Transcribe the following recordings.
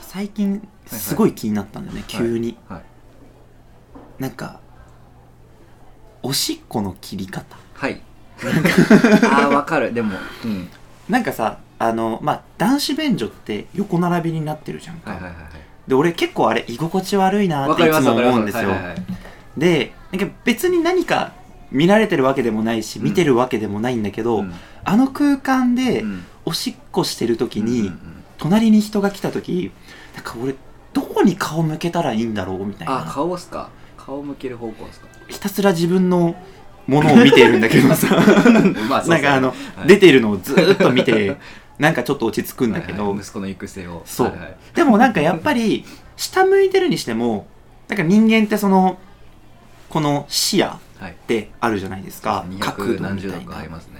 最近すごい気になったんだよね、急に、はいなんかおしっこの切り方はいああわかるでもうんなんかさあのまあ男子便所って横並びになってるじゃんか、はいはいはいで俺結構あれ居心地悪いなわってかいりまつすもわかり思うんまですすはいよはいはいでなんか別に何か見られてるわけでもないしうん見てるわけでもないんだけど、あの空間でうんおしっこしてる時に、うんうんうん隣に人が来た時なんか俺どこに顔向けたらいいんだろうみたいなあ顔っすか顔向ける方向 っすかひたすら自分のものを見ているんだけど さまそうなっすねんかあの、はい出てるのをずーっと見 てなんかちょっと落ち着くんだけど、はいはい息子の行く末をそうはいはいでもなんかやっぱり下向いてるにしてもなんか人間ってそのこの視野はいってあるじゃないですか200角度何み十た度いなかあだりかますね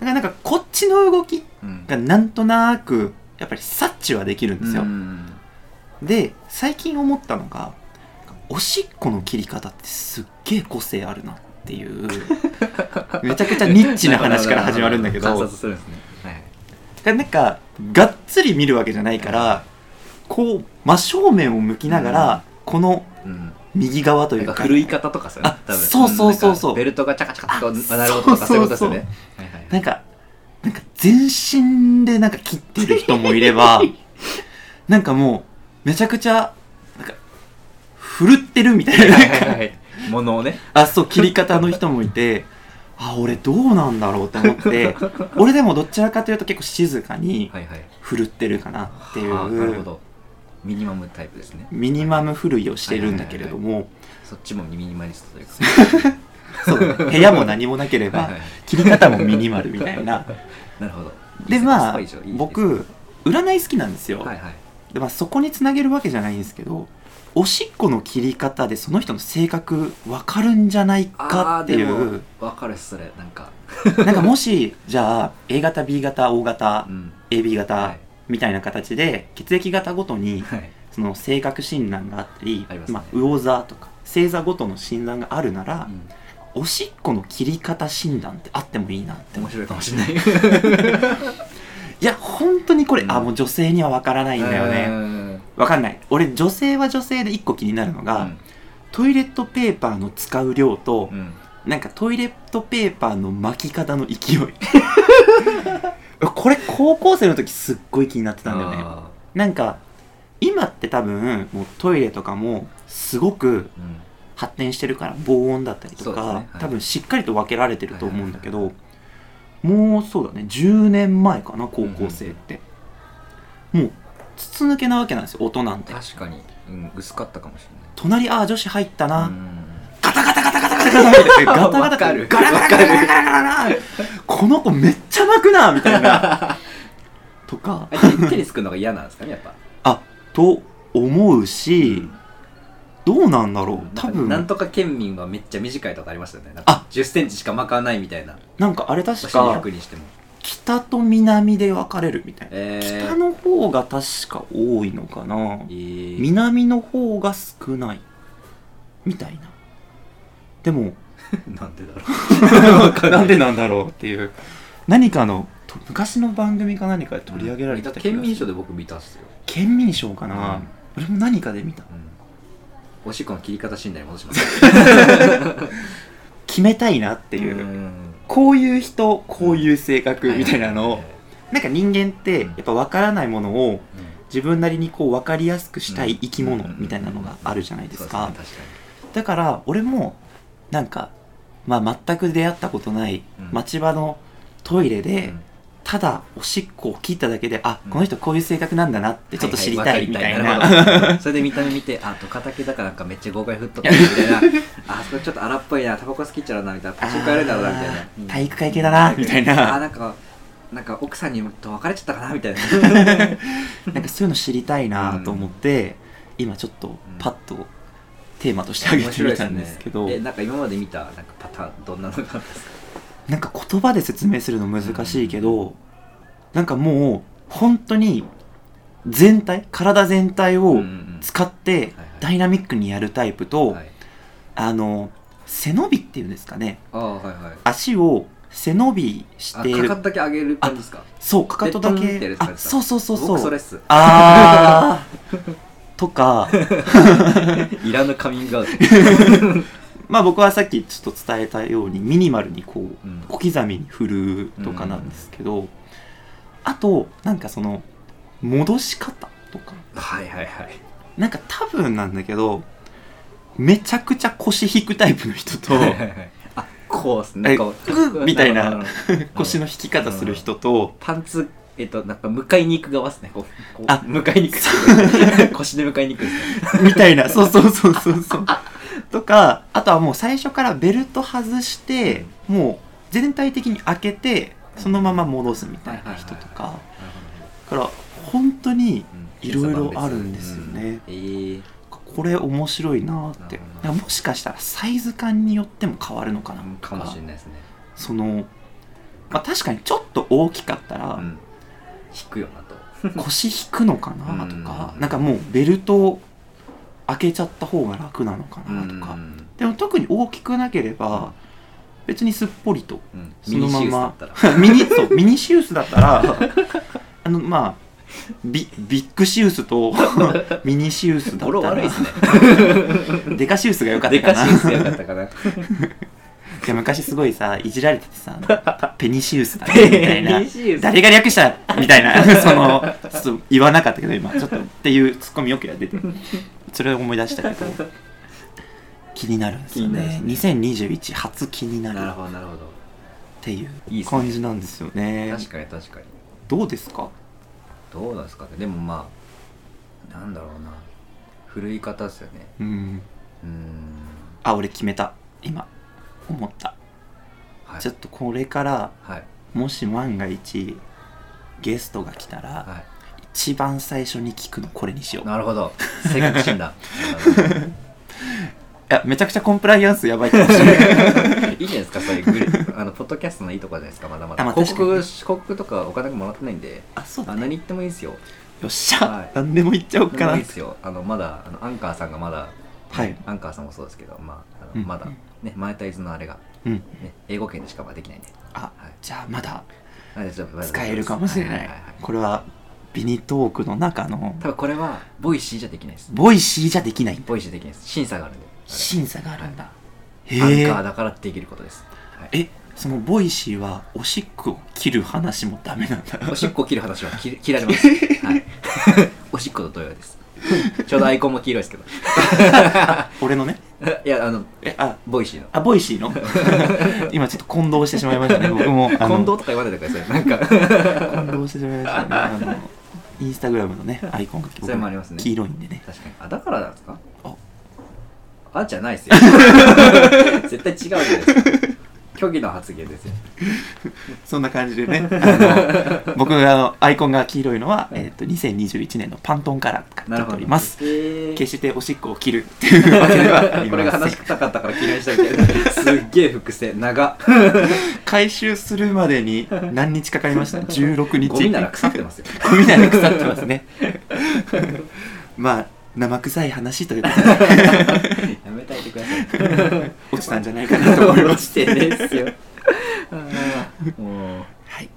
らなんかこっちの動きうんがなんとなくやっぱり察知はできるんですよ、うんで最近思ったのがおしっこの切り方ってすっげえ個性あるなっていう めちゃくちゃニッチな話から始まるんだけ観ど察するんですねはいはいなんかがっつり見るわけじゃないからこう真正面を向きながら、このうん右側とないんうかかふるい方とかさ、あそうそうそうそうんなんかベルトがチャカチャカとあなる音とかそういうことですよね。はいはいなんかなんか全身でなんか切ってる人もいれ ばなんかもうめちゃくちゃなんかふるってるみたいななんかはいはいはい。ものをね。あそう切り方の人もいてあ俺どうなんだろうと思 って俺でもどちらかというと結構静かにはいはい。振るってるかなっていあーなるほうど。ミニマムタイプですね。ミニマムふるいをしてるんだけれどもそっちもミニマリストと いうか。そうだね部屋も何もなけれはいばはい切り方もミニマルみたい ななるほど。でまあいいすねいいですね僕占い好きなんですよはいはい。で、まあ、そこにつなげるわけじゃないんですけどおしっこの切り方でその人の性格わかるんじゃないかあっーていでうもわかるっすそれなんか。なんかもしじゃあ A 型 B 型 O 型うん。 AB 型、はいみたいな形で血液型ごとにはい。その性格診断があったりありますねあ、魚座とか星座ごとの診断があるならう、んおしっこの切り方診断ってあってもいいなって面思う白いかもしれない。いや本当にこれ、うんあもう女性には分からないんだよねね。分かんない俺女性は女性で一個気になるのが、トイレットペーパーの使う量とう、ん。なんかトイレットペーパーの巻き方の 勢いこれ高校生の時すっごい気になってたんだよねあなんか今って多分もうトイレとかもすごくーうん発展してるから防音だったりとそうですか、ねはい多分しっかりと分けられてると思うんだけど、もうそうだね10年前かな高校生って、もう筒抜けなわけなんですよ音なんて確かに、うん、薄かったかもしれない。隣ああ女子入ったな、うんガタガタガタガ タガタガタガタガタガタガタガわかラるガラガラガラガラガラガラこの子めっちゃ巻くなみたいなとかあれ手につくのが嫌なんですかねやっぱ、あと思うし、どうなんだろう多多分分ななんんとか県民はめっちゃ短いとかありましたよねなんあか1 0ンチしか巻かないみたいなかあれお確尻か100にしても、北と南で分かれるみたいな、えー、北の方が確か多いのかなえー南の方が少ないみたいなでもなんでだろ なんでなんだろうっていう何かのと昔の番組か何かでう取り上げられてた気がする県民賞で僕見たっすよ、県民賞かな、うん俺も何かで見たうん、おしっこの切り方診断に戻しますっ決めたいなってていう、んこういう人こういう性格みたいなのを、ははなんか人間ってやっぱ分からないものをいはい自分なりにこう分かりやすくしたい生き物うんみたいなのがあるじゃないですそかうですねだから俺もなんか、まあ、全く出会ったことないうん町場のトイレ確かにでうんただおしっこを切っただけであうんこの人こういう性格なんだなってちょっと知りたいみたいはなはわかりたいなるほどそれで見た目見てあトカタケだからなんかめっちゃ豪快振っとったみたいなあそこちょっと荒っぽいなタバコ好きっちゃろうなみたいなパチンコやるんだろうなみたいなあー体育会系だなみたいなあーなんかなんか奥さんにと別れちゃったかなみたいな なんかそういうの知りたいなと思って、今ちょっとパッとテーマとして挙げてみたんですけど、えなんか今まで見たなんかパターンどんなのがあるんですかなんか言葉で説明するの難しいけど、なんかもう本当に全体体全体うんうをん使ってはいはいダイナミックにやるタイプと、はいあの背伸びっていうんですかねあーはいはい足を背伸びしてあかかるとだけ上げる感じですかそうかかとだでトンってやけるや つあそうそうそうそう僕それっすあと かいらぬカミ ングアウト。まあ僕はさっきちょっと伝えたようにミニマルにこううん小刻みに振るとかなんですけど、あとなんかその戻し方とかはいはいはい。なんか多分なんだけどめちゃくちゃ腰引くタイプの人と あ、こうっすね。こえうう。みたいなうん。腰の引き方する人とパンツ、えっと、なんか、迎えに行く側っすね。こう。こうあ迎えに行く。 腰で迎えに行くんですね。みたいなそうそうそうそうそうとかあとはもう最初からベルト外してもう全体的に開けてそのまま戻すみたいな人とかだから本当に いろいろあるんですよねうん。えーこれ面白いなーってなるほどなんかもしかしたらサイズ感によっても変わるのかなとかかもしれないですね。その、まあ、確かにちょっと大きかったうらん引くよなと。腰引くのかなとか、うんなんかもうベルトを開けちゃった方が楽なのかなとか、うんでも特に大きくなければ別にすっぽりと うんそミのニままシウス だったら。ミニそうミニシウスだった らあのまあビビッグシウス とミニシウスだっ俺た悪いらです ね。デカシウスが良かったでかかなしいっすよかった かな。いや昔すごいさいじられててさ ペニシウスだねみたいなペニシウス誰が略したみたいな そのちょっと言わなかったけど今ちょっとっていうツッコミよくやっててそれを思い出したけど気になるんですよ気になねる2021初気にななるるっほどなるほど。ていいいうっすね感じなんですよね確かに確かに。どうですかどうなんですかね。でもまあなんだろうな。古い方ですよね。うんうーん。あ俺決めた今思ったはいちょっとこれからはいもし万が一ゲストが来たらは一番最初に聞くのこれにしようい。なるほど。性格 診断。いや、めちゃくちゃコンプライアンスやばいかもしれない。いいじゃないですか、そういうグルあのポッドキャストのいいとこじゃないですか、まだまだ。あまあ広告、確広告とかお金もらってないんで、あ、そう あ何。言ってもいいですよ。よっしゃ、はい何でも言っちゃおうか何でもいないで。すよ。あの、まだ、あのアンカーさんがまだ、はい。アンカーさんもそうですけど、まあ、あうのんまだ、ね、マネタイズのあれが、うん。ね、英語圏でしかまだできないんで。あはい、じゃあまだなんでちょっと使えるかもしれないははは。これは、ビニトークの中の、多分これは、ボイシーじゃできないです。ボイシーじゃできないんだ。ボイシーできないです。審査があるんで。審査があるんだ。あれへアンカーえ。だからできることです。はいえ、そのボイシーは、おしっこを切る話もダメなん だ。おしっこを切る話は切切られます。はい、 おしっこと同様です。ちょうどアイコンも黄色いですけど。俺のね。いや、あの、え、あ、ボイシーの。あ、ボイシー の今ちょっと混同してしまいましたね。僕も。あの近藤とか言わないでください。なんか、混同してしまいましたね。あの、インスタグラムのね、アイコンが僕それもありますね黄色いんでね。確かに。あ、だからなんですかああ、じゃないです よ。絶対違うじゃないですか。虚偽の発言ですよ。そんな感じで ね、あの僕があのアイコンが黄色いのは、えっと2021年のパントンカラーなとるってほど。おります。えー決しておしっこを切るっていうわけではあり これまがせ話んしたかったから嫌いにしたみたいな。すっげえ伏線、長。回収するまで に何日かかりました16日ゴミなら腐ってます よ。ゴミなら腐ってます ねまあ生臭い話ということでやめたいでください。落ちたん じゃないかなと思いますしてですよ。もう。はい